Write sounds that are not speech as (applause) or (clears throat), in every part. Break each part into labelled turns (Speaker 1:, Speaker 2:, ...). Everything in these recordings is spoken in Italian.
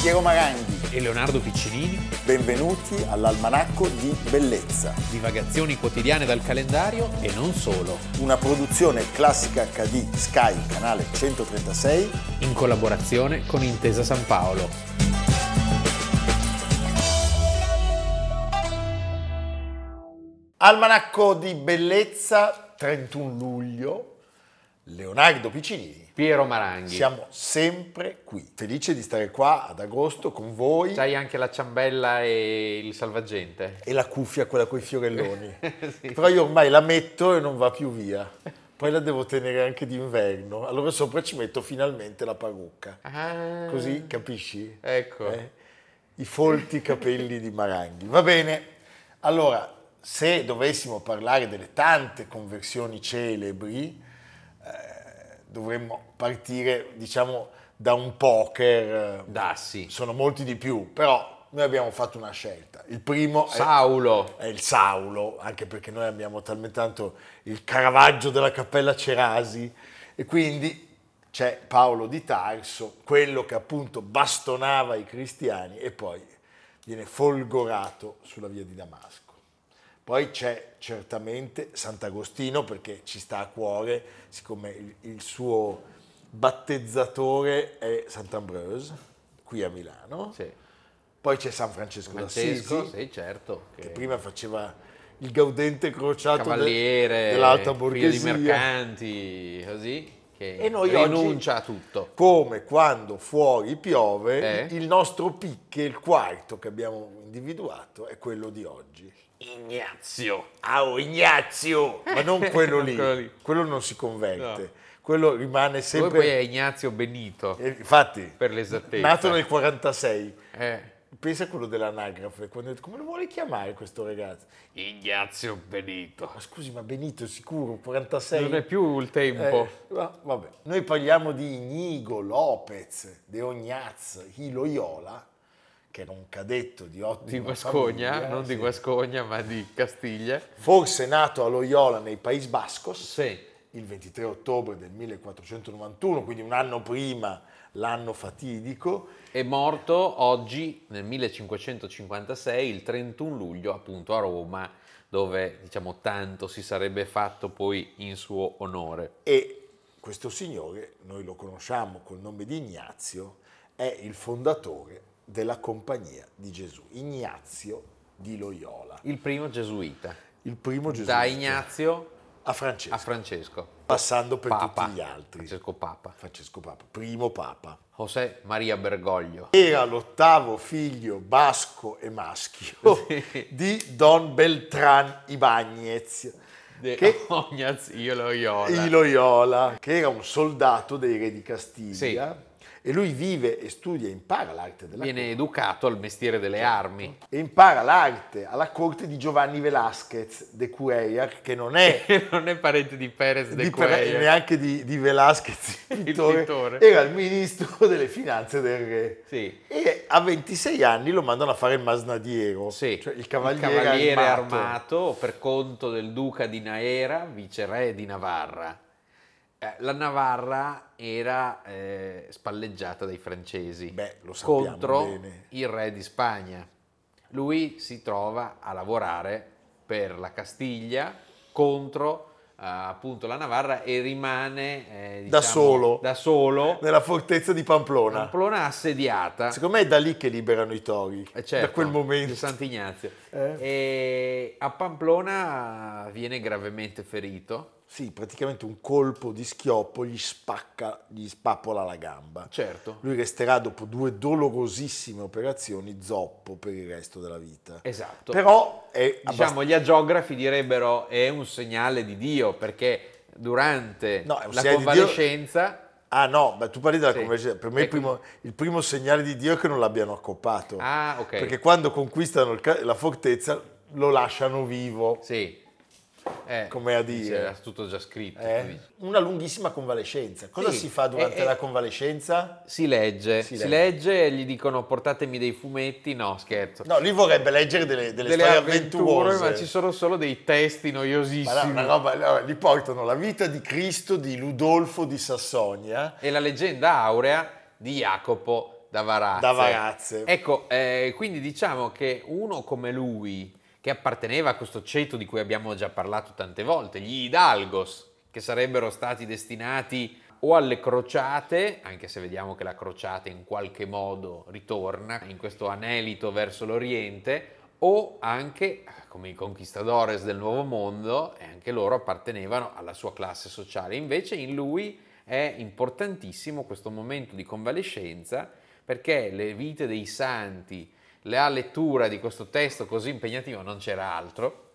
Speaker 1: Piero Maranghi.
Speaker 2: e Leonardo Piccinini,
Speaker 1: Benvenuti all'Almanacco di Bellezza,
Speaker 2: divagazioni quotidiane dal calendario e non solo,
Speaker 1: una produzione classica HD Sky, canale 136.
Speaker 2: in collaborazione con Intesa San Paolo.
Speaker 1: Almanacco di Bellezza, 31 luglio, Leonardo Piccinini.
Speaker 2: Piero Maranghi,
Speaker 1: Siamo sempre qui, felice di stare qua ad agosto con voi
Speaker 2: c'hai anche la ciambella e il salvagente.
Speaker 1: e la cuffia quella coi fiorelloni.
Speaker 2: Sì.
Speaker 1: Però io ormai la metto e non va più via. Poi la devo tenere anche d'inverno, allora sopra ci metto finalmente la parrucca.
Speaker 2: Ah,
Speaker 1: Così capisci?
Speaker 2: Ecco.
Speaker 1: Eh? I folti capelli di Maranghi. Va bene. Allora, se dovessimo parlare delle tante conversioni celebri, eh, dovremmo partire, diciamo, da un poker. eh,
Speaker 2: Dassi,
Speaker 1: Sono molti di più, però noi abbiamo fatto una scelta. Il primo è,
Speaker 2: Saulo,
Speaker 1: è il Saulo, anche perché noi abbiamo talmente tanto il Caravaggio della Cappella Cerasi e quindi c'è Paolo di Tarso, quello che appunto bastonava i cristiani e poi viene folgorato sulla via di Damasco. Poi c'è certamente Sant'Agostino perché ci sta a cuore, siccome il, il suo battezzatore è Sant'Ambroise, qui a Milano.
Speaker 2: sì.
Speaker 1: Poi c'è San Francesco,
Speaker 2: Francesco,
Speaker 1: d'Assisi,
Speaker 2: sì, certo.
Speaker 1: che prima faceva il gaudente crociato del-
Speaker 2: Cavaliere,
Speaker 1: dell'alta
Speaker 2: figlio di
Speaker 1: borghesia.
Speaker 2: mercanti, così, che
Speaker 1: E noi
Speaker 2: rinuncia
Speaker 1: oggi,
Speaker 2: a tutto.
Speaker 1: Come quando fuori piove,
Speaker 2: Eh?
Speaker 1: il nostro picche, il quarto che abbiamo individuato, è quello di oggi.
Speaker 2: Ignazio.
Speaker 1: Au Ignazio! Ma non quello
Speaker 2: Non
Speaker 1: lì,
Speaker 2: quello lì.
Speaker 1: quello non si converte,
Speaker 2: No.
Speaker 1: quello rimane
Speaker 2: Poi poi è
Speaker 1: sempre...
Speaker 2: Ignazio Benito,
Speaker 1: Eh, Infatti,
Speaker 2: per l'esattezza.
Speaker 1: nato nel 46,
Speaker 2: Eh.
Speaker 1: pensa a quello dell'anagrafe, quando ha detto, come lo vuole chiamare questo ragazzo?
Speaker 2: Ignazio Benito.
Speaker 1: Ma scusi, ma Benito, sicuro, 46?
Speaker 2: Non è più il tempo.
Speaker 1: Eh, va- vabbè. Noi parliamo di Inigo Lopez, De Ognaz, Iloiola, che era un cadetto di ottima
Speaker 2: Di Guascogna,
Speaker 1: famiglia,
Speaker 2: non di
Speaker 1: sì.
Speaker 2: Guascogna, ma di Castiglia.
Speaker 1: Forse nato a Loyola nei Paesi Bascos
Speaker 2: Sì.
Speaker 1: il 23 ottobre del 1491, quindi un anno prima, l'anno fatidico,
Speaker 2: È morto oggi nel 1556, il 31 luglio, appunto a Roma, dove diciamo tanto si sarebbe fatto poi in suo onore.
Speaker 1: e questo signore, noi lo conosciamo col nome di Ignazio, è il fondatore della Compagnia di Gesù, Ignazio di Loyola,
Speaker 2: Il primo gesuita.
Speaker 1: il primo Gesù.
Speaker 2: Da Ignazio
Speaker 1: a Francesco.
Speaker 2: a Francesco.
Speaker 1: passando per
Speaker 2: Papa.
Speaker 1: tutti gli altri.
Speaker 2: Francesco Papa.
Speaker 1: Francesco Papa, primo Papa.
Speaker 2: José Maria Bergoglio.
Speaker 1: Era l'ottavo figlio basco e
Speaker 2: (laughs)
Speaker 1: maschio di Don Beltran Ibañez,
Speaker 2: (laughs) De
Speaker 1: che
Speaker 2: Ignazio Loyola.
Speaker 1: di Loyola, che era un soldato dei re di Castiglia. E lui vive e studia e impara l'arte della
Speaker 2: Viene educato al mestiere delle
Speaker 1: Certo.
Speaker 2: armi.
Speaker 1: e impara l'arte alla corte di Giovanni Velázquez de Cuellar, che non
Speaker 2: (laughs)
Speaker 1: è
Speaker 2: non è parente di Perez de
Speaker 1: di Pere-
Speaker 2: Cuellar.
Speaker 1: neanche di, di Velázquez,
Speaker 2: (laughs)
Speaker 1: il
Speaker 2: Il
Speaker 1: pittore,
Speaker 2: pittore.
Speaker 1: era il ministro (laughs) delle finanze del re.
Speaker 2: Sì.
Speaker 1: E a 26 anni lo mandano a fare il masnadiero,
Speaker 2: Sì,
Speaker 1: cioè il cavaliere,
Speaker 2: cavaliere
Speaker 1: armato.
Speaker 2: armato per conto del duca di Naera, viceré di Navarra. Eh, La Navarra era eh, spalleggiata dai francesi
Speaker 1: Beh, lo sappiamo
Speaker 2: contro
Speaker 1: bene.
Speaker 2: il re di Spagna. Lui si trova a lavorare per la Castiglia contro eh, appunto la Navarra e rimane eh,
Speaker 1: Da
Speaker 2: diciamo,
Speaker 1: solo.
Speaker 2: da solo
Speaker 1: Nella fortezza di Pamplona.
Speaker 2: Pamplona assediata.
Speaker 1: Secondo me è da lì che liberano i tori,
Speaker 2: Eh, certo,
Speaker 1: da quel
Speaker 2: di
Speaker 1: momento.
Speaker 2: Sant'Ignazio.
Speaker 1: Eh.
Speaker 2: E a Pamplona viene gravemente ferito,
Speaker 1: Sì, praticamente un colpo di schioppo gli spacca, gli spappola la gamba.
Speaker 2: certo.
Speaker 1: Lui resterà dopo due dolorosissime operazioni zoppo per il resto della vita.
Speaker 2: Esatto.
Speaker 1: Però è abbastanza...
Speaker 2: diciamo, gli agiografi direbbero è un segnale di Dio perché durante
Speaker 1: No, è un
Speaker 2: la
Speaker 1: segnale di Dio.
Speaker 2: convalescenza
Speaker 1: Ah no, ma tu parli della
Speaker 2: Sì.
Speaker 1: conversione. Per me il
Speaker 2: Ecco.
Speaker 1: primo, il primo segnale di Dio è che non l'abbiano accoppato.
Speaker 2: Ah, ok.
Speaker 1: Perché quando conquistano il ca- la fortezza lo lasciano vivo.
Speaker 2: sì. Eh,
Speaker 1: Come a dire.
Speaker 2: dice, Era tutto già scritto.
Speaker 1: eh?
Speaker 2: quindi.
Speaker 1: Una lunghissima convalescenza. Cosa
Speaker 2: Sì.
Speaker 1: si fa durante
Speaker 2: Eh, eh.
Speaker 1: la convalescenza?
Speaker 2: Si legge,
Speaker 1: Si
Speaker 2: si,
Speaker 1: legge.
Speaker 2: legge. e gli dicono portatemi dei fumetti, no scherzo.
Speaker 1: No, lì vorrebbe leggere delle, delle storie avventurose.
Speaker 2: ma ci sono solo dei testi noiosissimi.
Speaker 1: Ma no, una roba, no, gli portano la vita di Cristo di Ludolfo di Sassonia.
Speaker 2: e la leggenda aurea di Jacopo da Varazze.
Speaker 1: da Varazze.
Speaker 2: Ecco, eh, quindi diciamo che uno come lui, che apparteneva a questo ceto di cui abbiamo già parlato tante volte, gli Hidalgos, che sarebbero stati destinati o alle crociate, anche se vediamo che la crociata in qualche modo ritorna in questo anelito verso l'Oriente, o anche come i conquistadores del Nuovo Mondo, e anche loro appartenevano alla sua classe sociale. Invece in lui è importantissimo questo momento di convalescenza perché le vite dei santi, la lettura di questo testo così impegnativo non c'era altro.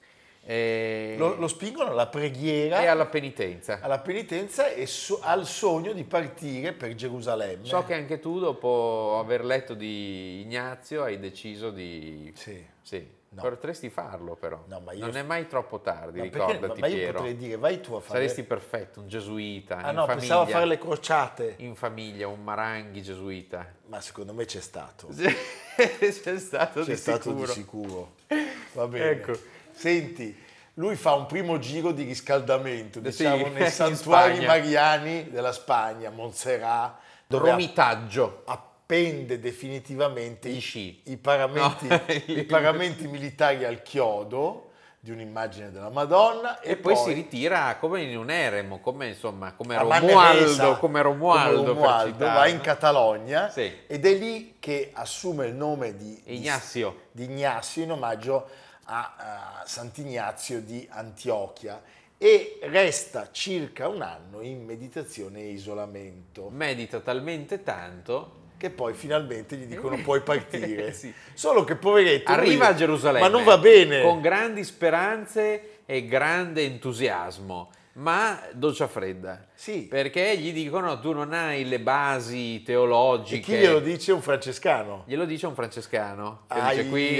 Speaker 2: E,
Speaker 1: Lo, Ah, lo spingono alla preghiera,
Speaker 2: e alla penitenza.
Speaker 1: alla penitenza e so- al sogno di partire per Gerusalemme.
Speaker 2: So che anche tu, dopo aver letto di Ignazio, hai deciso di.
Speaker 1: Sì.
Speaker 2: Sì.
Speaker 1: No.
Speaker 2: Potresti farlo, però.
Speaker 1: No, ma io-
Speaker 2: Non è mai troppo tardi,
Speaker 1: Ma, perché-
Speaker 2: ricordati,
Speaker 1: ma io
Speaker 2: Piero.
Speaker 1: potrei dire, vai tu a fare...
Speaker 2: Saresti perfetto, un gesuita.
Speaker 1: Ah
Speaker 2: in
Speaker 1: no,
Speaker 2: famiglia,
Speaker 1: pensavo a fare le crociate.
Speaker 2: In famiglia, un maranghi gesuita.
Speaker 1: Ma secondo me c'è stato.
Speaker 2: (laughs) C'è stato
Speaker 1: c'è
Speaker 2: di
Speaker 1: stato
Speaker 2: sicuro.
Speaker 1: di sicuro.
Speaker 2: (laughs)
Speaker 1: Va bene.
Speaker 2: Ecco.
Speaker 1: Senti, lui fa un primo giro di riscaldamento,
Speaker 2: Sì, (laughs)
Speaker 1: diciamo,
Speaker 2: in
Speaker 1: nei santuari
Speaker 2: Spagna.
Speaker 1: mariani della Spagna, Montserrat, dove
Speaker 2: Romitaggio.
Speaker 1: appende definitivamente
Speaker 2: Gli
Speaker 1: i-
Speaker 2: sci.
Speaker 1: i paramenti,
Speaker 2: No, (laughs)
Speaker 1: i paramenti militari al chiodo di un'immagine della Madonna
Speaker 2: E, poi, si ritira come in un eremo, come insomma, come
Speaker 1: a Manne
Speaker 2: Romualdo,
Speaker 1: Resa,
Speaker 2: come Romualdo,
Speaker 1: come
Speaker 2: per
Speaker 1: Romualdo,
Speaker 2: citarlo.
Speaker 1: va in Catalogna
Speaker 2: Sì.
Speaker 1: ed è lì che assume il nome di, di-
Speaker 2: Ignazio.
Speaker 1: di Ignazio in omaggio a, a Sant'Ignazio di Antiochia e resta circa un anno in meditazione e isolamento
Speaker 2: Medita talmente tanto
Speaker 1: che poi finalmente gli dicono puoi partire
Speaker 2: (laughs) Sì.
Speaker 1: solo che poveretto lui-
Speaker 2: Arriva a Gerusalemme.
Speaker 1: ma non va bene
Speaker 2: Con grandi speranze e grande entusiasmo, ma doccia fredda.
Speaker 1: Sì.
Speaker 2: Perché gli dicono tu non hai le basi
Speaker 1: e
Speaker 2: teologiche.
Speaker 1: chi glielo dice un francescano
Speaker 2: Glielo dice un francescano. Che
Speaker 1: Aia.
Speaker 2: dice qui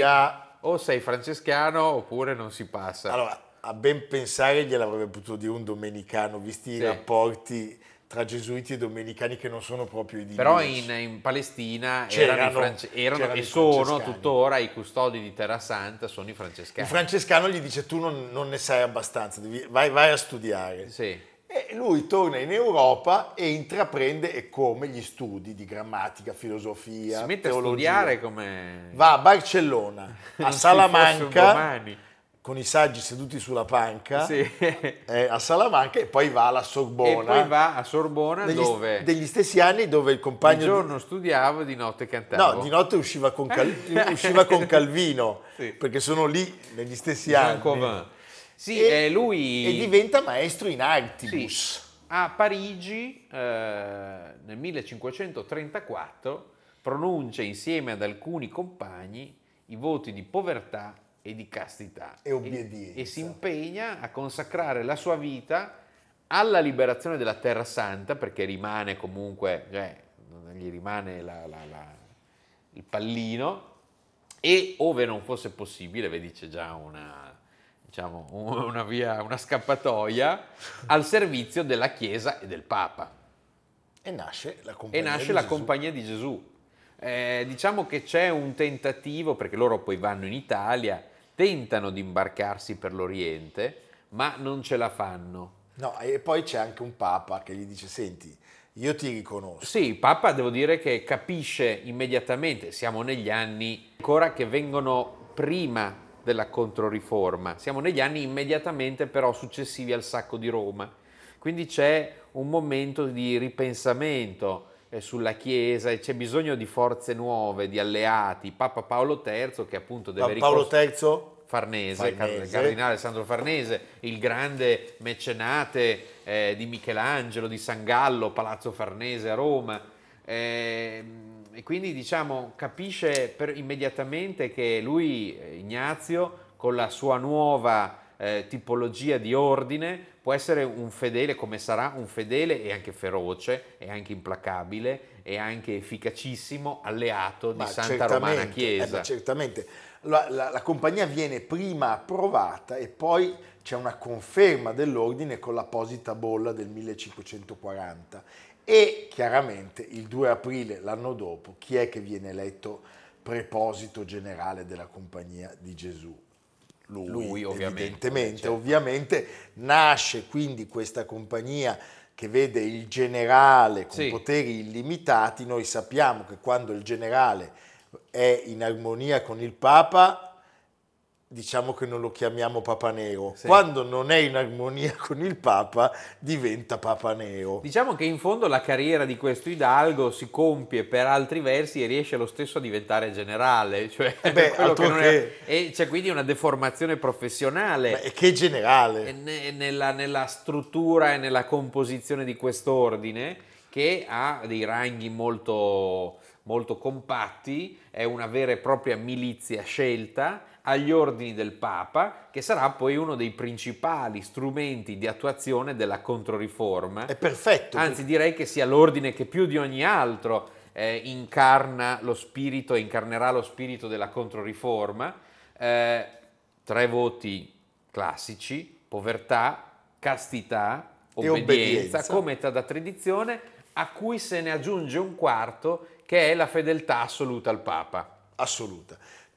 Speaker 2: o sei francescano oppure non si passa.
Speaker 1: Allora, a ben pensare gliel'avrebbe potuto dire un domenicano, visti i
Speaker 2: Sì.
Speaker 1: rapporti tra gesuiti e domenicani che non sono proprio i
Speaker 2: Però in, in Palestina
Speaker 1: C'erano-
Speaker 2: erano, i france- erano
Speaker 1: c'erano
Speaker 2: e
Speaker 1: i
Speaker 2: sono
Speaker 1: francescani.
Speaker 2: tuttora i custodi di Terra Santa, sono i francescani.
Speaker 1: Il francescano gli dice tu non, non ne sai abbastanza, devi- vai, vai a studiare.
Speaker 2: sì.
Speaker 1: E lui torna in Europa e intraprende, e come, gli studi di grammatica, filosofia,
Speaker 2: Si mette
Speaker 1: teologia.
Speaker 2: a studiare come... (laughs)
Speaker 1: Va a Barcellona,
Speaker 2: Non
Speaker 1: a
Speaker 2: ci fosse un
Speaker 1: Salamanca,
Speaker 2: domani.
Speaker 1: con i saggi seduti sulla panca,
Speaker 2: Sì. e
Speaker 1: eh, a Salamanca e poi va alla Sorbona.
Speaker 2: poi va a Sorbona
Speaker 1: Negli-
Speaker 2: dove
Speaker 1: degli stessi anni dove il
Speaker 2: di
Speaker 1: compagno di-
Speaker 2: giorno studiavo, di notte cantavo.
Speaker 1: No, di notte usciva con,
Speaker 2: (laughs)
Speaker 1: Cal- usciva con Calvino,
Speaker 2: Eh. Sì.
Speaker 1: perché sono lì negli stessi
Speaker 2: Jean
Speaker 1: anni.
Speaker 2: Covin. Sì,
Speaker 1: E-
Speaker 2: eh, lui...
Speaker 1: E diventa maestro in Artibus.
Speaker 2: a Parigi eh, nel 1534 pronuncia insieme ad alcuni compagni i voti di povertà e di castità
Speaker 1: E obbedienza.
Speaker 2: e si impegna a consacrare la sua vita alla liberazione della Terra Santa perché rimane comunque, cioè, non gli rimane la- la- la- il pallino e ove non fosse possibile, vedi c'è già una, diciamo, (laughs) un- una via, una scappatoia al servizio della Chiesa e del Papa.
Speaker 1: E nasce la
Speaker 2: E
Speaker 1: compagnia.
Speaker 2: nasce
Speaker 1: di
Speaker 2: la
Speaker 1: Gesù.
Speaker 2: Compagnia di Gesù. Eh, diciamo che c'è un tentativo, perché loro poi vanno in Italia, tentano di imbarcarsi per l'Oriente, ma non ce la fanno.
Speaker 1: No, e poi c'è anche un papa che gli dice, senti, io ti riconosco.
Speaker 2: Sì, il Papa devo dire che capisce immediatamente, siamo negli anni ancora che vengono prima della Controriforma, siamo negli anni immediatamente però successivi al sacco di Roma, quindi c'è un momento di ripensamento eh, sulla Chiesa e c'è bisogno di forze nuove, di alleati. Papa Paolo III che appunto deve
Speaker 1: Pa- Paolo
Speaker 2: ricostruire-
Speaker 1: III
Speaker 2: Farnese,
Speaker 1: Farnese.
Speaker 2: il cardinale Alessandro Farnese, il grande mecenate eh, di Michelangelo, di San Gallo, Palazzo Farnese a Roma. Ehm, E, quindi diciamo capisce per- immediatamente che lui, eh, Ignazio, con la sua nuova eh, tipologia di ordine, può essere un fedele, come sarà un fedele e anche feroce, e anche implacabile, e anche efficacissimo alleato di
Speaker 1: Ma
Speaker 2: Santa
Speaker 1: certamente,
Speaker 2: Romana
Speaker 1: eh,
Speaker 2: Chiesa.
Speaker 1: ma certamente. La, la- la compagnia viene prima approvata e poi c'è una conferma dell'ordine con l'apposita bolla del 1540 e chiaramente il 2 aprile l'anno dopo chi è che viene eletto preposito generale della compagnia di Gesù?
Speaker 2: Lui, ovviamente,
Speaker 1: evidentemente,
Speaker 2: certo.
Speaker 1: ovviamente nasce quindi questa compagnia che vede il generale con
Speaker 2: Sì.
Speaker 1: poteri illimitati, noi sappiamo che quando il generale è in armonia con il Papa, diciamo che non lo chiamiamo Papa Nero.
Speaker 2: Sì.
Speaker 1: Quando non è in armonia (laughs) con il Papa, diventa Papa Nero.
Speaker 2: Diciamo che in fondo la carriera di questo Hidalgo si compie per altri versi e riesce lo stesso a diventare generale, (laughs) cioè
Speaker 1: Eh beh,
Speaker 2: quello
Speaker 1: altro
Speaker 2: che non era- e c'è quindi una deformazione professionale
Speaker 1: Beh, eh. che generale!
Speaker 2: e ne- nella, nella struttura e nella composizione di quest'ordine che ha dei ranghi molto, molto compatti, è una vera e propria milizia scelta agli ordini del Papa, che sarà poi uno dei principali strumenti di attuazione della controriforma.
Speaker 1: È perfetto.
Speaker 2: Anzi, direi che sia l'ordine che più di ogni altro eh, incarna lo spirito, incarnerà lo spirito della Controriforma. Eh, tre voti classici, povertà, castità,
Speaker 1: E
Speaker 2: obbedienza,
Speaker 1: obbedienza.
Speaker 2: come ta- da tradizione, a cui se ne aggiunge un quarto che è la fedeltà assoluta al Papa.
Speaker 1: assoluta.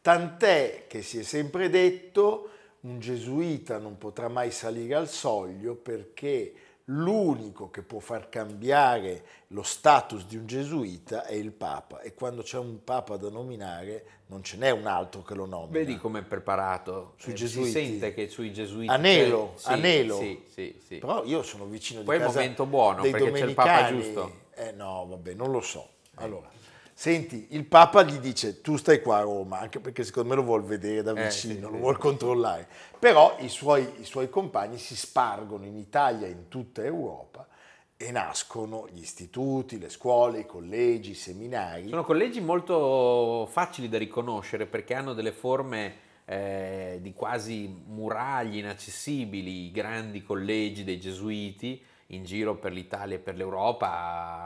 Speaker 1: Tant'è che si è sempre detto un gesuita non potrà mai salire al soglio perché l'unico che può far cambiare lo status di un gesuita è il Papa e quando c'è un Papa da nominare non ce n'è un altro che lo nomina.
Speaker 2: Vedi com'è preparato,
Speaker 1: Oh, Sui
Speaker 2: Eh,
Speaker 1: gesuiti.
Speaker 2: si sente che sui gesuiti...
Speaker 1: Anelo,
Speaker 2: Sì,
Speaker 1: anelo.
Speaker 2: Sì, sì, sì.
Speaker 1: Però io sono vicino
Speaker 2: Poi è
Speaker 1: di
Speaker 2: il
Speaker 1: casa
Speaker 2: momento buono,
Speaker 1: dei
Speaker 2: perché c'è il
Speaker 1: domenicani.
Speaker 2: Papa giusto.
Speaker 1: Eh no, vabbè, non lo so. Allora, senti, il Papa gli dice tu stai qua a Roma, anche perché secondo me lo vuol vedere da
Speaker 2: Eh,
Speaker 1: vicino,
Speaker 2: sì,
Speaker 1: lo
Speaker 2: sì.
Speaker 1: vuol controllare. Però i suoi, i suoi compagni si spargono in Italia e in tutta Europa e nascono gli istituti, le scuole, i collegi, i seminari.
Speaker 2: Sono collegi molto facili da riconoscere perché hanno delle forme eh, di quasi muraglie inaccessibili, i grandi collegi dei gesuiti in giro per l'Italia e per l'Europa,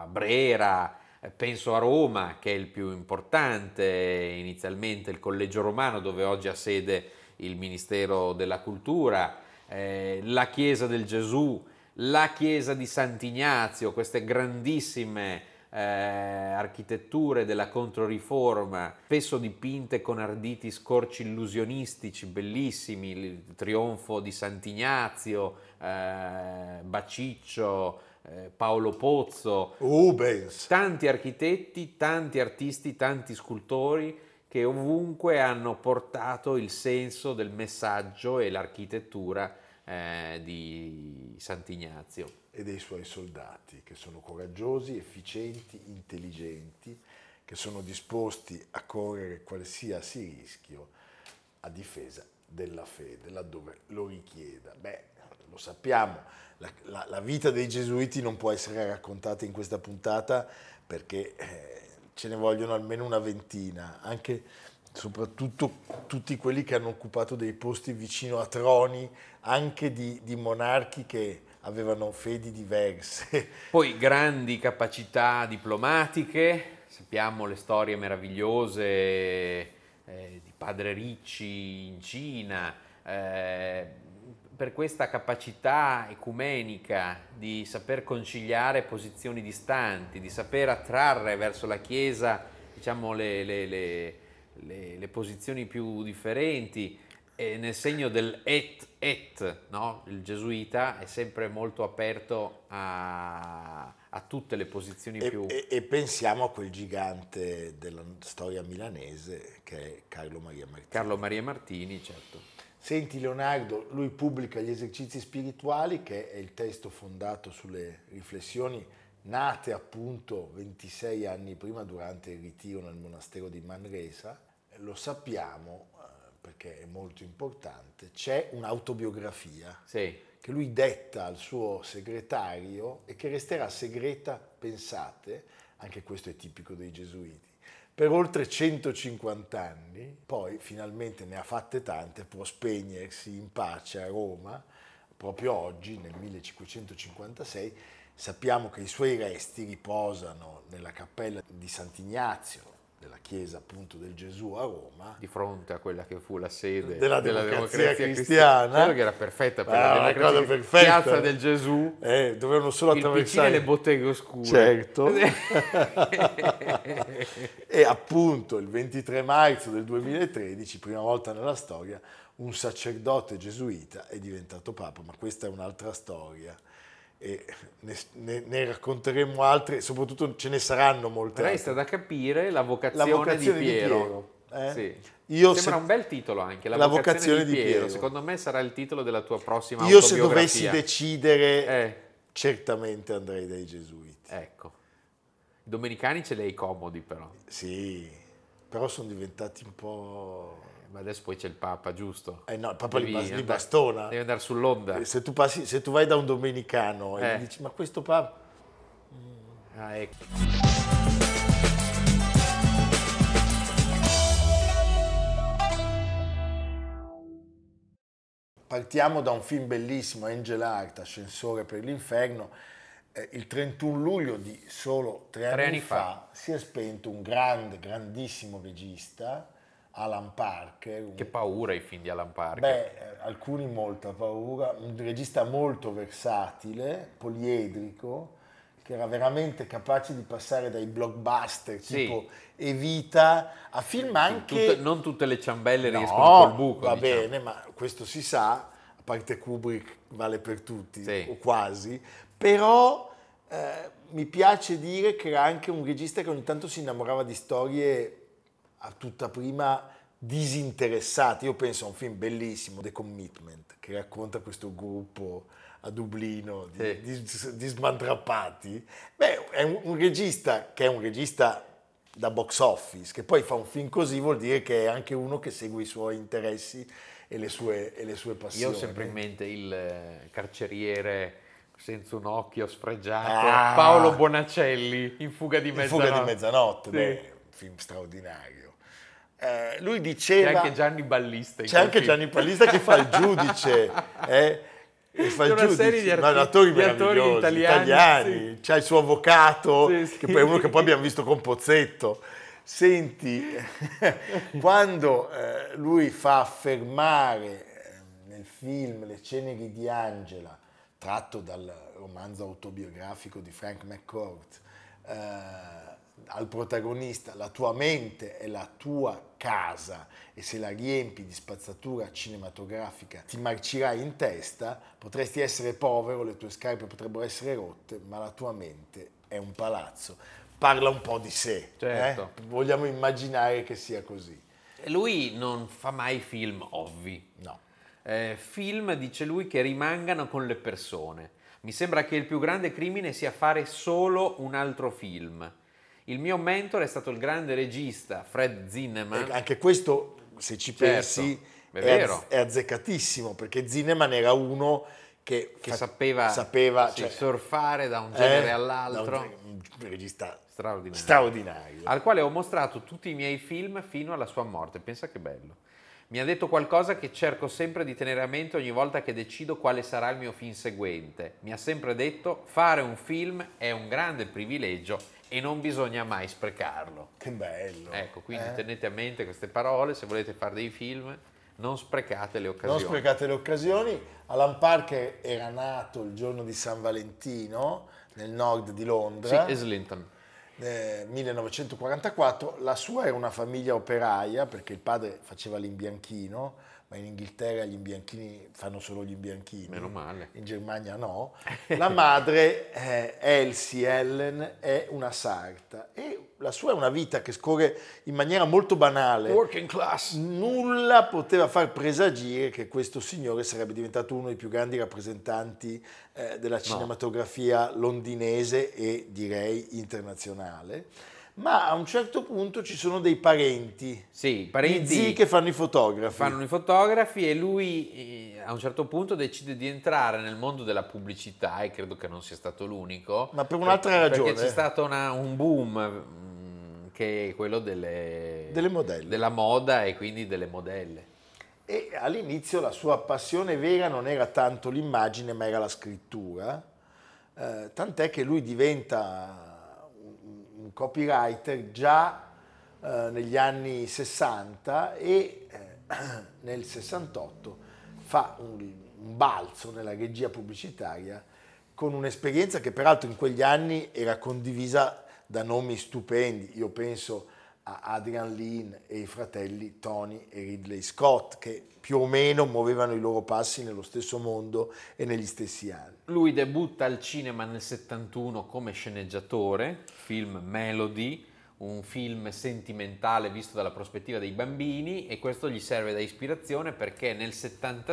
Speaker 2: a Brera, eh, penso a Roma che è il più importante, inizialmente il collegio romano dove oggi ha sede il Ministero della Cultura, eh, la Chiesa del Gesù, la Chiesa di Sant'Ignazio, queste grandissime eh, architetture della Controriforma, spesso dipinte con arditi scorci illusionistici bellissimi, il trionfo di Sant'Ignazio, eh, Baciccio, eh, Paolo Pozzo,
Speaker 1: Rubens,
Speaker 2: tanti architetti, tanti artisti, tanti scultori che ovunque hanno portato il senso del messaggio e l'architettura eh, di Sant'Ignazio.
Speaker 1: e dei suoi soldati, che sono coraggiosi, efficienti, intelligenti, che sono disposti a correre qualsiasi rischio a difesa della fede, laddove lo richieda. Beh, lo sappiamo, la, la- la vita dei gesuiti non può essere raccontata in questa puntata perché eh, ce ne vogliono almeno una ventina, anche soprattutto tutti quelli che hanno occupato dei posti vicino a troni, anche di, di monarchi che avevano fedi diverse.
Speaker 2: Poi grandi capacità diplomatiche, sappiamo le storie meravigliose eh, di padre Ricci in Cina, eh, per questa capacità ecumenica di saper conciliare posizioni distanti, di saper attrarre verso la Chiesa diciamo, le, le- le- le- le posizioni più differenti, e nel segno del et et, no? il gesuita è sempre molto aperto a, a tutte le posizioni
Speaker 1: E,
Speaker 2: più...
Speaker 1: e- e pensiamo a quel gigante della storia milanese che è Carlo Maria Martini.
Speaker 2: Carlo Maria Martini, certo.
Speaker 1: Senti Leonardo, lui pubblica gli esercizi spirituali, che è il testo fondato sulle riflessioni nate appunto 26 anni prima durante il ritiro nel monastero di Manresa. Lo sappiamo eh, perché è molto importante, c'è un'autobiografia
Speaker 2: Sì.
Speaker 1: che lui detta al suo segretario e che resterà segreta, pensate, anche questo è tipico dei gesuiti, per oltre 150 anni, poi finalmente ne ha fatte tante, può spegnersi in pace a Roma, proprio oggi, nel 1556, sappiamo che i suoi resti riposano nella cappella di Sant'Ignazio, della chiesa appunto del Gesù a Roma,
Speaker 2: di fronte a quella che fu la sede
Speaker 1: della democrazia cristiana.
Speaker 2: Quello che era perfetta per
Speaker 1: Ah,
Speaker 2: la
Speaker 1: una
Speaker 2: democrazia
Speaker 1: cosa
Speaker 2: cristiana.
Speaker 1: perfetta.
Speaker 2: Piazza del Gesù,
Speaker 1: Eh, dovevano solo
Speaker 2: il vicino
Speaker 1: attraversare
Speaker 2: e le botteghe oscure. (laughs)
Speaker 1: Certo. (laughs) e appunto il 23 marzo del 2013, prima volta nella storia, un sacerdote gesuita è diventato papa, ma questa è un'altra storia. e ne, ne- ne racconteremo altre, soprattutto ce ne saranno molte
Speaker 2: Resta
Speaker 1: altre.
Speaker 2: da capire la vocazione,
Speaker 1: Esatto. La vocazione
Speaker 2: di
Speaker 1: di
Speaker 2: Piero.
Speaker 1: Piero, eh?
Speaker 2: Sì.
Speaker 1: Io
Speaker 2: Sembra
Speaker 1: se-
Speaker 2: un bel titolo anche, la,
Speaker 1: La
Speaker 2: vocazione,
Speaker 1: vocazione
Speaker 2: di,
Speaker 1: di
Speaker 2: Piero.
Speaker 1: Piero.
Speaker 2: Secondo me sarà il titolo della tua prossima
Speaker 1: Io se dovessi
Speaker 2: autobiografia.
Speaker 1: decidere,
Speaker 2: Eh.
Speaker 1: certamente andrei dai gesuiti.
Speaker 2: Ecco. I domenicani ce li hai comodi però.
Speaker 1: Sì, però sono diventati un po'...
Speaker 2: Eh, Ma adesso poi c'è il Papa, giusto?
Speaker 1: Eh no, il Papa li
Speaker 2: Devi
Speaker 1: bas- li
Speaker 2: andare-
Speaker 1: bastona.
Speaker 2: Devi andare sull'onda.
Speaker 1: Eh, Se tu, passi- se tu vai da un domenicano e
Speaker 2: Eh.
Speaker 1: gli dici ma questo Papa...
Speaker 2: Ah, ecco.
Speaker 1: Partiamo da un film bellissimo, Angel Art, Ascensore per l'inferno. Eh, il 31 luglio di solo tre anni,
Speaker 2: Tre anni
Speaker 1: fa, si è spento un grande, grandissimo regista, Alan Parker. un-
Speaker 2: Che paura i film di Alan Parker.
Speaker 1: Beh, eh, alcuni molta paura, un regista molto versatile, poliedrico, che era veramente capace di passare dai blockbuster
Speaker 2: Sì.
Speaker 1: tipo Evita a film anche...
Speaker 2: Tutte- non tutte le ciambelle riescono
Speaker 1: No,
Speaker 2: col buco.
Speaker 1: va
Speaker 2: diciamo.
Speaker 1: bene, ma questo si sa, a parte Kubrick vale per tutti,
Speaker 2: Sì.
Speaker 1: o quasi, però eh, mi piace dire che era anche un regista che ogni tanto si innamorava di storie a tutta prima disinteressate. Io penso a un film bellissimo, The Commitment, che racconta questo gruppo a Dublino di,
Speaker 2: Sì.
Speaker 1: di- di smandrappati. Beh, è un, un regista che è un regista da box office, che poi fa un film così vuol dire che è anche uno che segue i suoi interessi e le sue, e le sue
Speaker 2: Io
Speaker 1: passioni.
Speaker 2: ho sempre in mente il eh, carceriere senza un occhio sfregiato,
Speaker 1: Ah.
Speaker 2: Paolo Bonacelli in fuga di
Speaker 1: In
Speaker 2: mezzanotte.
Speaker 1: fuga di mezzanotte,
Speaker 2: Sì.
Speaker 1: beh, un film straordinario. Eh, lui
Speaker 2: C'è
Speaker 1: diceva...
Speaker 2: anche Gianni Ballista. in
Speaker 1: C'è anche
Speaker 2: quel film.
Speaker 1: Gianni Pallista che fa il
Speaker 2: (laughs)
Speaker 1: giudice, eh? Che fa
Speaker 2: C'è
Speaker 1: il
Speaker 2: una
Speaker 1: giudice,
Speaker 2: serie di
Speaker 1: No,
Speaker 2: arti-
Speaker 1: attori
Speaker 2: di attori
Speaker 1: meravigliosi,
Speaker 2: italiani,
Speaker 1: italiani, c'è il suo avvocato,
Speaker 2: Sì, sì.
Speaker 1: che poi è uno che poi abbiamo visto con Pozzetto. Senti, (laughs) quando eh, lui fa affermare eh, nel film Le ceneri di Angela, tratto dal romanzo autobiografico di Frank McCourt, eh, al protagonista la tua mente è la tua casa e se la riempi di spazzatura cinematografica ti marcirai in testa, potresti essere povero, le tue scarpe potrebbero essere rotte, ma la tua mente è un palazzo. Parla un po' di sé,
Speaker 2: Certo.
Speaker 1: eh? vogliamo immaginare che sia così.
Speaker 2: Lui non fa mai film ovvi.
Speaker 1: No.
Speaker 2: Eh, film, dice lui, che rimangano con le persone. Mi sembra che il più grande crimine sia fare solo un altro film. Il mio mentore è stato il grande regista Fred Zinnemann.
Speaker 1: Eh, Anche questo, se ci
Speaker 2: Certo,
Speaker 1: pensi,
Speaker 2: è
Speaker 1: è,
Speaker 2: vero.
Speaker 1: azz- è azzeccatissimo, perché Zineman era uno che,
Speaker 2: che
Speaker 1: fa-
Speaker 2: sapeva,
Speaker 1: sapeva,
Speaker 2: sì,
Speaker 1: cioè,
Speaker 2: surfare da un
Speaker 1: eh,
Speaker 2: genere
Speaker 1: da
Speaker 2: all'altro.
Speaker 1: un genere- un regista
Speaker 2: Straordinario.
Speaker 1: straordinario.
Speaker 2: Al quale ho mostrato tutti i miei film fino alla sua morte. Pensa che bello. Mi ha detto qualcosa che cerco sempre di tenere a mente ogni volta che decido quale sarà il mio film seguente. Mi ha sempre detto fare un film è un grande privilegio e non bisogna mai sprecarlo.
Speaker 1: Che bello.
Speaker 2: Ecco, quindi
Speaker 1: eh?
Speaker 2: tenete a mente queste parole, se volete fare dei film non sprecate le
Speaker 1: Non
Speaker 2: occasioni.
Speaker 1: sprecate le occasioni. Alan Parker era nato il giorno di San Valentino, nel nord di
Speaker 2: sì,
Speaker 1: Londra.
Speaker 2: Islington.
Speaker 1: eh, 1944, la sua era una famiglia operaia perché il padre faceva l'imbianchino, ma in Inghilterra gli imbianchini fanno solo gli imbianchini.
Speaker 2: Meno male.
Speaker 1: In Germania no. La madre, eh, Elsie Ellen, è una sarta e la sua è una vita che scorre in maniera molto banale.
Speaker 2: Working class.
Speaker 1: Nulla poteva far presagire che questo signore sarebbe diventato uno dei più grandi rappresentanti eh, della cinematografia londinese e direi internazionale. Ma a un certo punto ci sono dei parenti,
Speaker 2: Sì,
Speaker 1: dei
Speaker 2: parenti
Speaker 1: zii che fanno i fotografi.
Speaker 2: fanno i fotografi e lui eh, a un certo punto decide di entrare nel mondo della pubblicità e credo che non sia stato l'unico.
Speaker 1: Ma per un'altra
Speaker 2: Per-
Speaker 1: ragione.
Speaker 2: Perché c'è stato una- un boom mm, che è quello delle,
Speaker 1: Delle modelle.
Speaker 2: della moda e quindi delle modelle.
Speaker 1: E all'inizio la sua passione vera non era tanto l'immagine, ma era la scrittura. Eh, tant'è che lui diventa un, un copywriter già eh, negli anni 60 e eh, (clears throat) nel 68 fa un, un balzo nella regia pubblicitaria con un'esperienza che peraltro in quegli anni era condivisa da nomi stupendi. Io penso a Adrian Lean e i fratelli Tony e Ridley Scott, che più o meno muovevano i loro passi nello stesso mondo e negli stessi anni.
Speaker 2: Lui debutta al cinema nel 71 come sceneggiatore, film Melody, un film sentimentale visto dalla prospettiva dei bambini e questo gli serve da ispirazione perché nel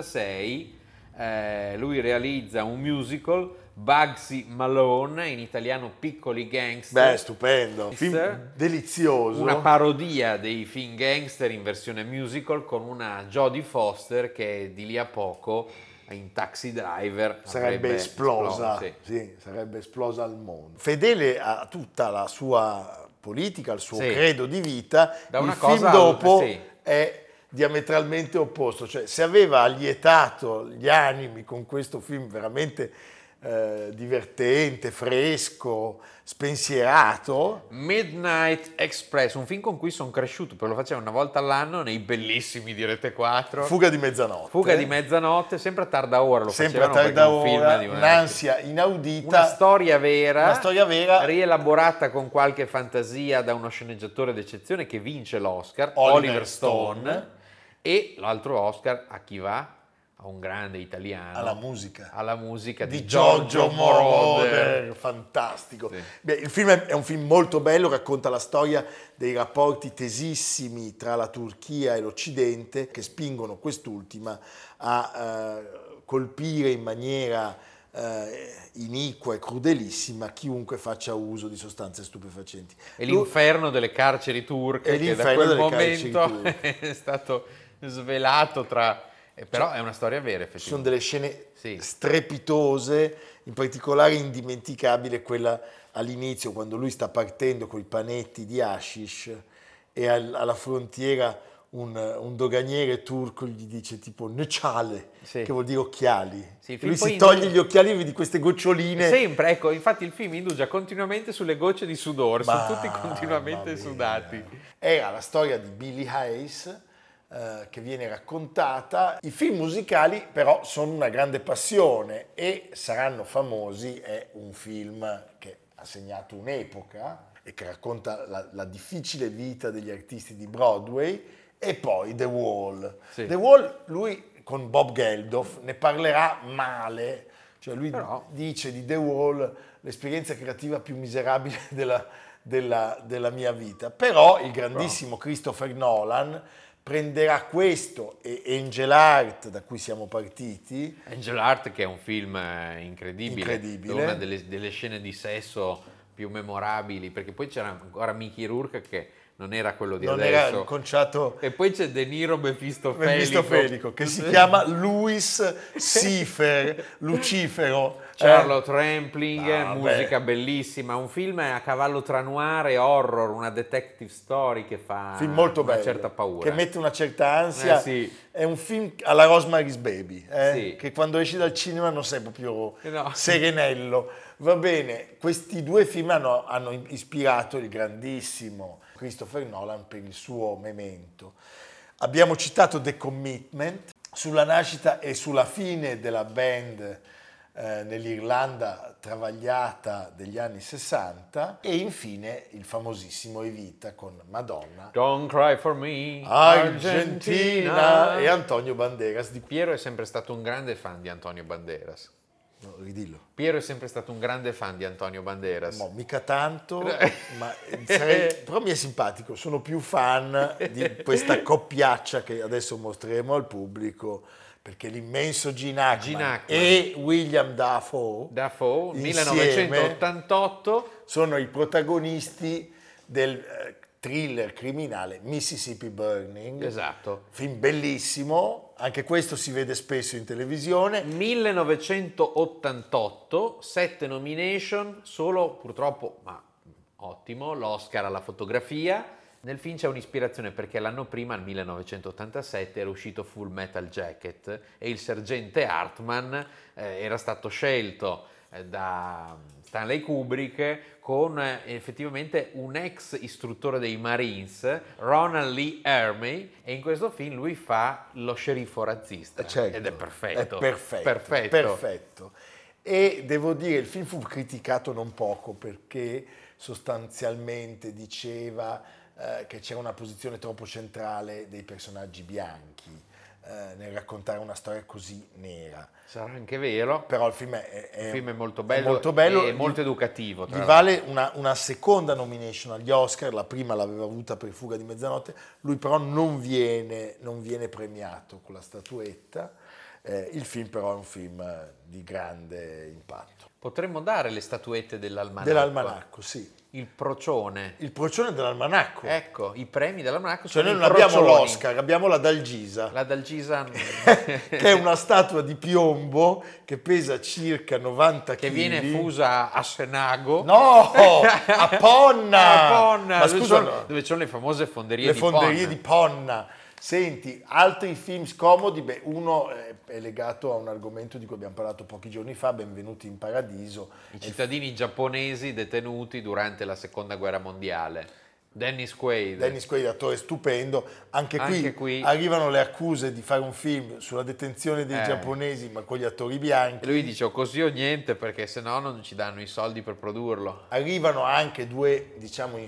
Speaker 2: 76 eh, lui realizza un musical Bugsy Malone, in italiano Piccoli Gangster.
Speaker 1: Beh, stupendo,
Speaker 2: Yes,
Speaker 1: film
Speaker 2: sir.
Speaker 1: delizioso.
Speaker 2: Una parodia dei film gangster in versione musical con una Jodie Foster che di lì a poco in Taxi Driver
Speaker 1: sarebbe
Speaker 2: avrebbe
Speaker 1: esplosa,
Speaker 2: sì.
Speaker 1: sì, sarebbe esplosa al mondo. Fedele a tutta la sua politica, al suo
Speaker 2: Sì.
Speaker 1: credo di vita,
Speaker 2: Da
Speaker 1: il
Speaker 2: una
Speaker 1: film
Speaker 2: cosa all'altra,
Speaker 1: dopo
Speaker 2: sì.
Speaker 1: è diametralmente opposto, cioè se aveva allietato gli animi con questo film veramente eh, divertente, fresco, spensierato,
Speaker 2: Midnight Express, un film con cui sono cresciuto, perché lo faceva una volta all'anno nei bellissimi di Rete 4.
Speaker 1: Fuga di mezzanotte.
Speaker 2: Fuga di mezzanotte, sempre a tarda ora lo
Speaker 1: eh. sempre a
Speaker 2: facevano
Speaker 1: tarda
Speaker 2: perché è un
Speaker 1: ora,
Speaker 2: film di una-
Speaker 1: un'ansia inaudita,
Speaker 2: una storia vera,
Speaker 1: una storia vera.
Speaker 2: rielaborata con qualche fantasia da uno sceneggiatore d'eccezione che vince l'Oscar,
Speaker 1: Oliver
Speaker 2: Oliver, Stone,
Speaker 1: Stone.
Speaker 2: e l'altro Oscar a chi va? A un grande italiano,
Speaker 1: alla musica.
Speaker 2: alla musica di,
Speaker 1: di Giorgio Moroder,
Speaker 2: Moroder.
Speaker 1: fantastico.
Speaker 2: Sì.
Speaker 1: Beh, il film è è un film molto bello, racconta la storia dei rapporti tesissimi tra la Turchia e l'Occidente che spingono quest'ultima a eh, colpire in maniera eh, iniqua e crudelissima chiunque faccia uso di sostanze stupefacenti.
Speaker 2: E
Speaker 1: Lui-
Speaker 2: l'inferno delle carceri turche
Speaker 1: E
Speaker 2: che da
Speaker 1: l'inferno
Speaker 2: quel
Speaker 1: delle carceri
Speaker 2: momento (laughs) è stato svelato tra... eh, Però è una storia vera
Speaker 1: Ci sono
Speaker 2: effettivamente.
Speaker 1: delle scene
Speaker 2: Sì.
Speaker 1: strepitose, in particolare indimenticabile quella all'inizio quando lui sta partendo con i panetti di hashish e al- alla frontiera un, un doganiere turco gli dice tipo neciale,
Speaker 2: Sì.
Speaker 1: che vuol dire occhiali.
Speaker 2: Sì,
Speaker 1: E
Speaker 2: fin
Speaker 1: lui
Speaker 2: poi
Speaker 1: si
Speaker 2: in-
Speaker 1: toglie gli occhiali e vedi queste goccioline.
Speaker 2: Sempre, ecco, infatti il film indugia continuamente sulle gocce di sudore,
Speaker 1: Ma-
Speaker 2: sono tutti continuamente
Speaker 1: mamma mia.
Speaker 2: sudati.
Speaker 1: Era la storia di Billy Hayes eh, che viene raccontata. I film musicali però sono una grande passione e Saranno famosi è un film che ha segnato un'epoca e che racconta la, la difficile vita degli artisti di Broadway e poi The Wall.
Speaker 2: Sì.
Speaker 1: The Wall, lui con Bob Geldof ne parlerà male, cioè lui
Speaker 2: Però-
Speaker 1: dice di The Wall l'esperienza creativa più miserabile (laughs) della, della- della mia vita. Però il grandissimo Christopher Nolan prenderà questo e Angel Art, da cui siamo partiti,
Speaker 2: Angel Art che è un film eh, incredibile,
Speaker 1: Incredibile.
Speaker 2: dove una delle, delle scene di sesso più memorabili, perché poi c'era ancora Mickey Rourke che non era quello di
Speaker 1: non era
Speaker 2: adesso.
Speaker 1: inconciato
Speaker 2: e poi c'è De Niro Mefistofelico.
Speaker 1: Mefistofelico, che
Speaker 2: (laughs)
Speaker 1: si chiama Louis Cifer, Lucifero. cioè-
Speaker 2: Charlotte Rampling,
Speaker 1: Ah,
Speaker 2: musica bellissima, un film a cavallo tra noir e horror, una detective story che fa
Speaker 1: film molto
Speaker 2: una
Speaker 1: bello,
Speaker 2: certa paura.
Speaker 1: che mette una certa ansia.
Speaker 2: Eh, sì.
Speaker 1: È un film alla Rosemary's Baby, eh,
Speaker 2: Sì.
Speaker 1: che quando esci dal cinema non sei proprio
Speaker 2: Eh, no.
Speaker 1: serenello. Va bene, questi due film hanno, hanno ispirato il grandissimo Christopher Nolan per il suo memento. Abbiamo citato The Commitment sulla nascita e sulla fine della band eh, nell'Irlanda travagliata degli anni 60 e infine il famosissimo Evita con Madonna,
Speaker 2: Don't cry for me,
Speaker 1: Argentina, e Antonio Banderas di
Speaker 2: Piero è sempre stato un grande fan di Antonio Banderas.
Speaker 1: no, ridillo.
Speaker 2: Piero è sempre stato un grande fan di Antonio Banderas.
Speaker 1: No, mica
Speaker 2: (laughs)
Speaker 1: tanto,
Speaker 2: Eh.
Speaker 1: ma sarei- però mi è simpatico, sono più fan di questa coppiaccia che adesso mostreremo al pubblico, perché l'immenso Gene Hackman,
Speaker 2: Gene Hackman.
Speaker 1: e William Dafoe,
Speaker 2: Dafoe,
Speaker 1: Insieme.
Speaker 2: 1988,
Speaker 1: sono i protagonisti del eh, thriller criminale Mississippi Burning.
Speaker 2: esatto.
Speaker 1: Film bellissimo, anche questo si vede spesso in televisione.
Speaker 2: 1988, 7 nomination, solo purtroppo, ma ottimo, l'Oscar alla fotografia. Nel film c'è un'ispirazione perché l'anno prima, nel 1987, era uscito Full Metal Jacket e il sergente Hartman eh, era stato scelto eh, da Stanley Kubrick con eh, effettivamente un ex istruttore dei Marines, Ronald Lee Ermey, e in questo film lui fa lo sceriffo razzista.
Speaker 1: Eh, certo,
Speaker 2: Ed è perfetto.
Speaker 1: È perfetto,
Speaker 2: Perfetto.
Speaker 1: perfetto. E devo dire, il film fu criticato non poco perché sostanzialmente diceva eh, che c'era una posizione troppo centrale dei personaggi bianchi eh, nel raccontare una storia così nera.
Speaker 2: Sarà anche vero.
Speaker 1: Però il film è, è-
Speaker 2: Il film è molto bello,
Speaker 1: molto bello,
Speaker 2: e
Speaker 1: gli-
Speaker 2: molto educativo. tra
Speaker 1: Gli vale una, una seconda nomination agli Oscar, la prima l'aveva avuta per Fuga di mezzanotte, lui però non viene, non viene premiato con la statuetta, Eh, il film però è un film eh, di grande impatto.
Speaker 2: Potremmo dare le statuette dell'almanacco.
Speaker 1: Dell'almanacco, sì.
Speaker 2: Il procione.
Speaker 1: Il procione dell'almanacco.
Speaker 2: Ecco, i premi dell'almanacco
Speaker 1: cioè
Speaker 2: sono
Speaker 1: noi non
Speaker 2: i
Speaker 1: abbiamo
Speaker 2: procioni.
Speaker 1: l'Oscar, abbiamo la Dalgisa. (laughs)
Speaker 2: La Dalgisa
Speaker 1: che è una statua di piombo che pesa circa 90 kg.
Speaker 2: che viene fusa a Senago.
Speaker 1: No, a Ponna!
Speaker 2: (laughs) A Ponna,
Speaker 1: Ma
Speaker 2: dove,
Speaker 1: scusa,
Speaker 2: sono,
Speaker 1: no.
Speaker 2: dove ci sono le famose fonderie
Speaker 1: le
Speaker 2: di
Speaker 1: fonderie
Speaker 2: Ponna.
Speaker 1: di Ponna. Senti, altri film scomodi, beh, uno eh, è legato a un argomento di cui abbiamo parlato pochi giorni fa, Benvenuti in Paradiso.
Speaker 2: I cittadini giapponesi detenuti durante la seconda guerra mondiale. Dennis Quaid.
Speaker 1: Dennis Quaid, attore stupendo, anche,
Speaker 2: Anche
Speaker 1: qui,
Speaker 2: qui.
Speaker 1: arrivano le accuse di fare un film sulla detenzione dei
Speaker 2: Eh.
Speaker 1: giapponesi, ma con gli attori bianchi.
Speaker 2: E lui dice o così o niente perché se no non ci danno i soldi per produrlo.
Speaker 1: Arrivano anche due, diciamo,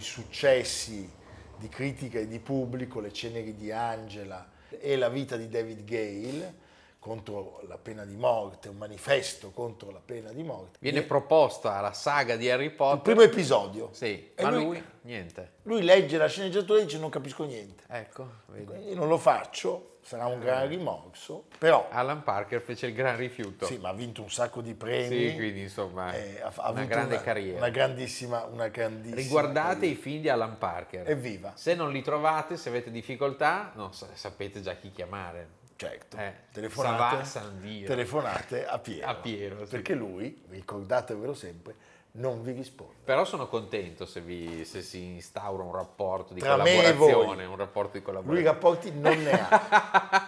Speaker 1: insuccessi di critica e di pubblico, Le ceneri di Angela e La vita di David Gale contro la pena di morte, un manifesto contro la pena di morte.
Speaker 2: Viene
Speaker 1: E-
Speaker 2: proposta la saga di Harry
Speaker 1: il
Speaker 2: Potter.
Speaker 1: primo episodio.
Speaker 2: Sì,
Speaker 1: E
Speaker 2: ma
Speaker 1: lui-
Speaker 2: lui niente.
Speaker 1: Lui legge la sceneggiatura e dice non capisco niente.
Speaker 2: Ecco, vedi.
Speaker 1: Io non lo faccio, sarà un
Speaker 2: Eh.
Speaker 1: gran rimorso, però
Speaker 2: Alan Parker fece il gran rifiuto.
Speaker 1: sì, ma ha vinto un sacco di premi.
Speaker 2: certo. Sì, quindi insomma,
Speaker 1: eh, ha, ha
Speaker 2: una
Speaker 1: avuto
Speaker 2: grande carriera.
Speaker 1: Una grandissima, una grandissima
Speaker 2: Riguardate
Speaker 1: carriera.
Speaker 2: i film di Alan Parker.
Speaker 1: Evviva.
Speaker 2: Se non li trovate, se avete difficoltà, non sa- sapete già chi chiamare.
Speaker 1: Certo,
Speaker 2: Eh, Savà
Speaker 1: telefonate,
Speaker 2: Sandio.
Speaker 1: telefonate a Piero.
Speaker 2: A Piero, sì.
Speaker 1: Perché lui, ricordatevelo sempre, non vi risponde.
Speaker 2: Però sono contento se, vi- se si instaura un rapporto di
Speaker 1: Tra me e
Speaker 2: collaborazione,
Speaker 1: voi.
Speaker 2: un rapporto
Speaker 1: Lui
Speaker 2: di
Speaker 1: i
Speaker 2: collaborazione.
Speaker 1: rapporti non ne
Speaker 2: (laughs)
Speaker 1: ha.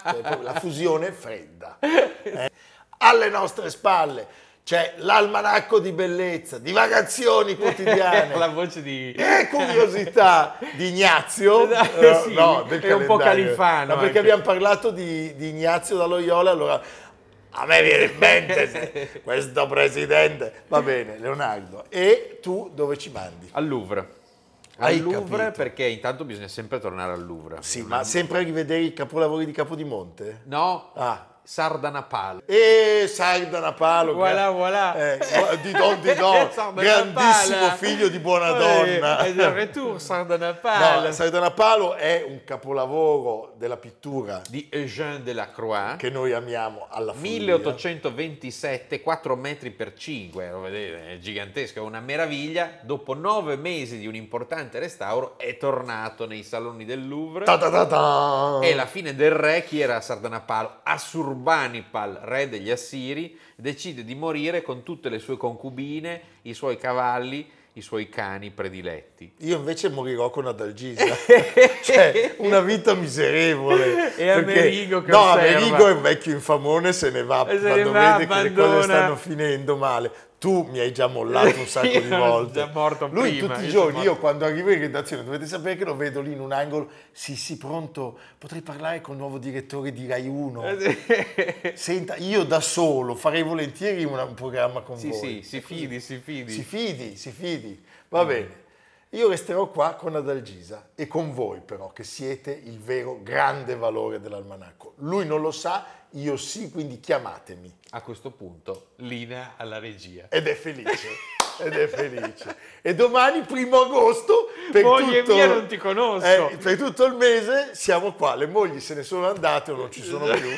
Speaker 1: Cioè, proprio la fusione è fredda. Eh? Alle nostre spalle c'è l'almanacco di bellezza, divagazioni quotidiane.
Speaker 2: (laughs) La voce di
Speaker 1: E curiosità di Ignazio,
Speaker 2: Eh,
Speaker 1: eh,
Speaker 2: sì,
Speaker 1: no, del
Speaker 2: è un po'
Speaker 1: calendario.
Speaker 2: califano
Speaker 1: No, perché
Speaker 2: anche.
Speaker 1: abbiamo parlato di, di Ignazio da Loyola, allora a me viene in mente
Speaker 2: (laughs)
Speaker 1: se- questo presidente. Va bene, Leonardo, e tu dove ci mandi?
Speaker 2: al Louvre.
Speaker 1: Hai
Speaker 2: al Louvre
Speaker 1: capito.
Speaker 2: perché intanto bisogna sempre tornare al Louvre.
Speaker 1: Sì, ma sempre a rivedere i capolavori di Capodimonte?
Speaker 2: No,
Speaker 1: Ah.
Speaker 2: Sardanapale.
Speaker 1: E Sardanapalo,
Speaker 2: Voilà, voilà.
Speaker 1: eh, di Don
Speaker 2: (laughs)
Speaker 1: Di Don,
Speaker 2: Sardanapale.
Speaker 1: grandissimo figlio di buona donna.
Speaker 2: Eh, è il retour
Speaker 1: No,
Speaker 2: Sardanapale.
Speaker 1: la Sardanapalo è un capolavoro della pittura
Speaker 2: di Eugène Delacroix.
Speaker 1: che noi amiamo alla follia.
Speaker 2: 1827, 4 metri per 5, lo vedete, è gigantesco, è una meraviglia. Dopo nove mesi di un importante restauro è tornato nei saloni del Louvre.
Speaker 1: Ta ta ta ta.
Speaker 2: E la fine del re, chi era Sardanapalo? Assurbanipal, re degli Assiri, decide di morire con tutte le sue concubine, i suoi cavalli, i suoi cani prediletti.
Speaker 1: Io invece morirò con
Speaker 2: (laughs)
Speaker 1: Adalgisa, cioè una vita miserevole.
Speaker 2: E Amerigo che
Speaker 1: No,
Speaker 2: osserva.
Speaker 1: Amerigo è un vecchio infamone, se ne va
Speaker 2: E se
Speaker 1: quando vede
Speaker 2: ne va,
Speaker 1: che le
Speaker 2: abbandona.
Speaker 1: cose stanno finendo male. Tu mi hai già mollato
Speaker 2: (laughs)
Speaker 1: un sacco
Speaker 2: Io
Speaker 1: di
Speaker 2: ero
Speaker 1: volte.
Speaker 2: già morto
Speaker 1: Lui
Speaker 2: prima,
Speaker 1: tutti i
Speaker 2: io
Speaker 1: giorni,
Speaker 2: sono
Speaker 1: io
Speaker 2: morto.
Speaker 1: quando arrivo in redazione, dovete sapere che lo vedo lì in un angolo. Sì, sì, pronto, potrei parlare col nuovo direttore di Rai
Speaker 2: Eh
Speaker 1: 1. (laughs) Senta, io da solo farei volentieri una- un programma con
Speaker 2: sì,
Speaker 1: voi.
Speaker 2: sì, si fidi, si fidi.
Speaker 1: Si fidi, si fidi.
Speaker 2: Mm.
Speaker 1: Va bene. Io resterò qua con Adalgisa e con voi però, che siete il vero grande valore dell'almanacco. Lui non lo sa, io sì, quindi chiamatemi.
Speaker 2: A questo punto, linea alla regia.
Speaker 1: Ed è
Speaker 2: (laughs)
Speaker 1: felice, ed è felice. E domani, primo agosto, per
Speaker 2: Moglie
Speaker 1: tutto...
Speaker 2: mia, non ti conosco.
Speaker 1: Eh, per tutto il mese siamo qua, le mogli se ne sono andate o non ci sono
Speaker 2: (laughs)
Speaker 1: più.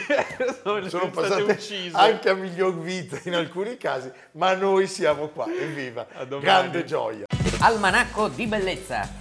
Speaker 2: sono,
Speaker 1: (laughs) sono
Speaker 2: state
Speaker 1: passate
Speaker 2: uccise.
Speaker 1: anche a miglior vita in alcuni casi, ma noi siamo qua, evviva,
Speaker 2: A domani.
Speaker 1: grande gioia.
Speaker 3: Almanacco di bellezza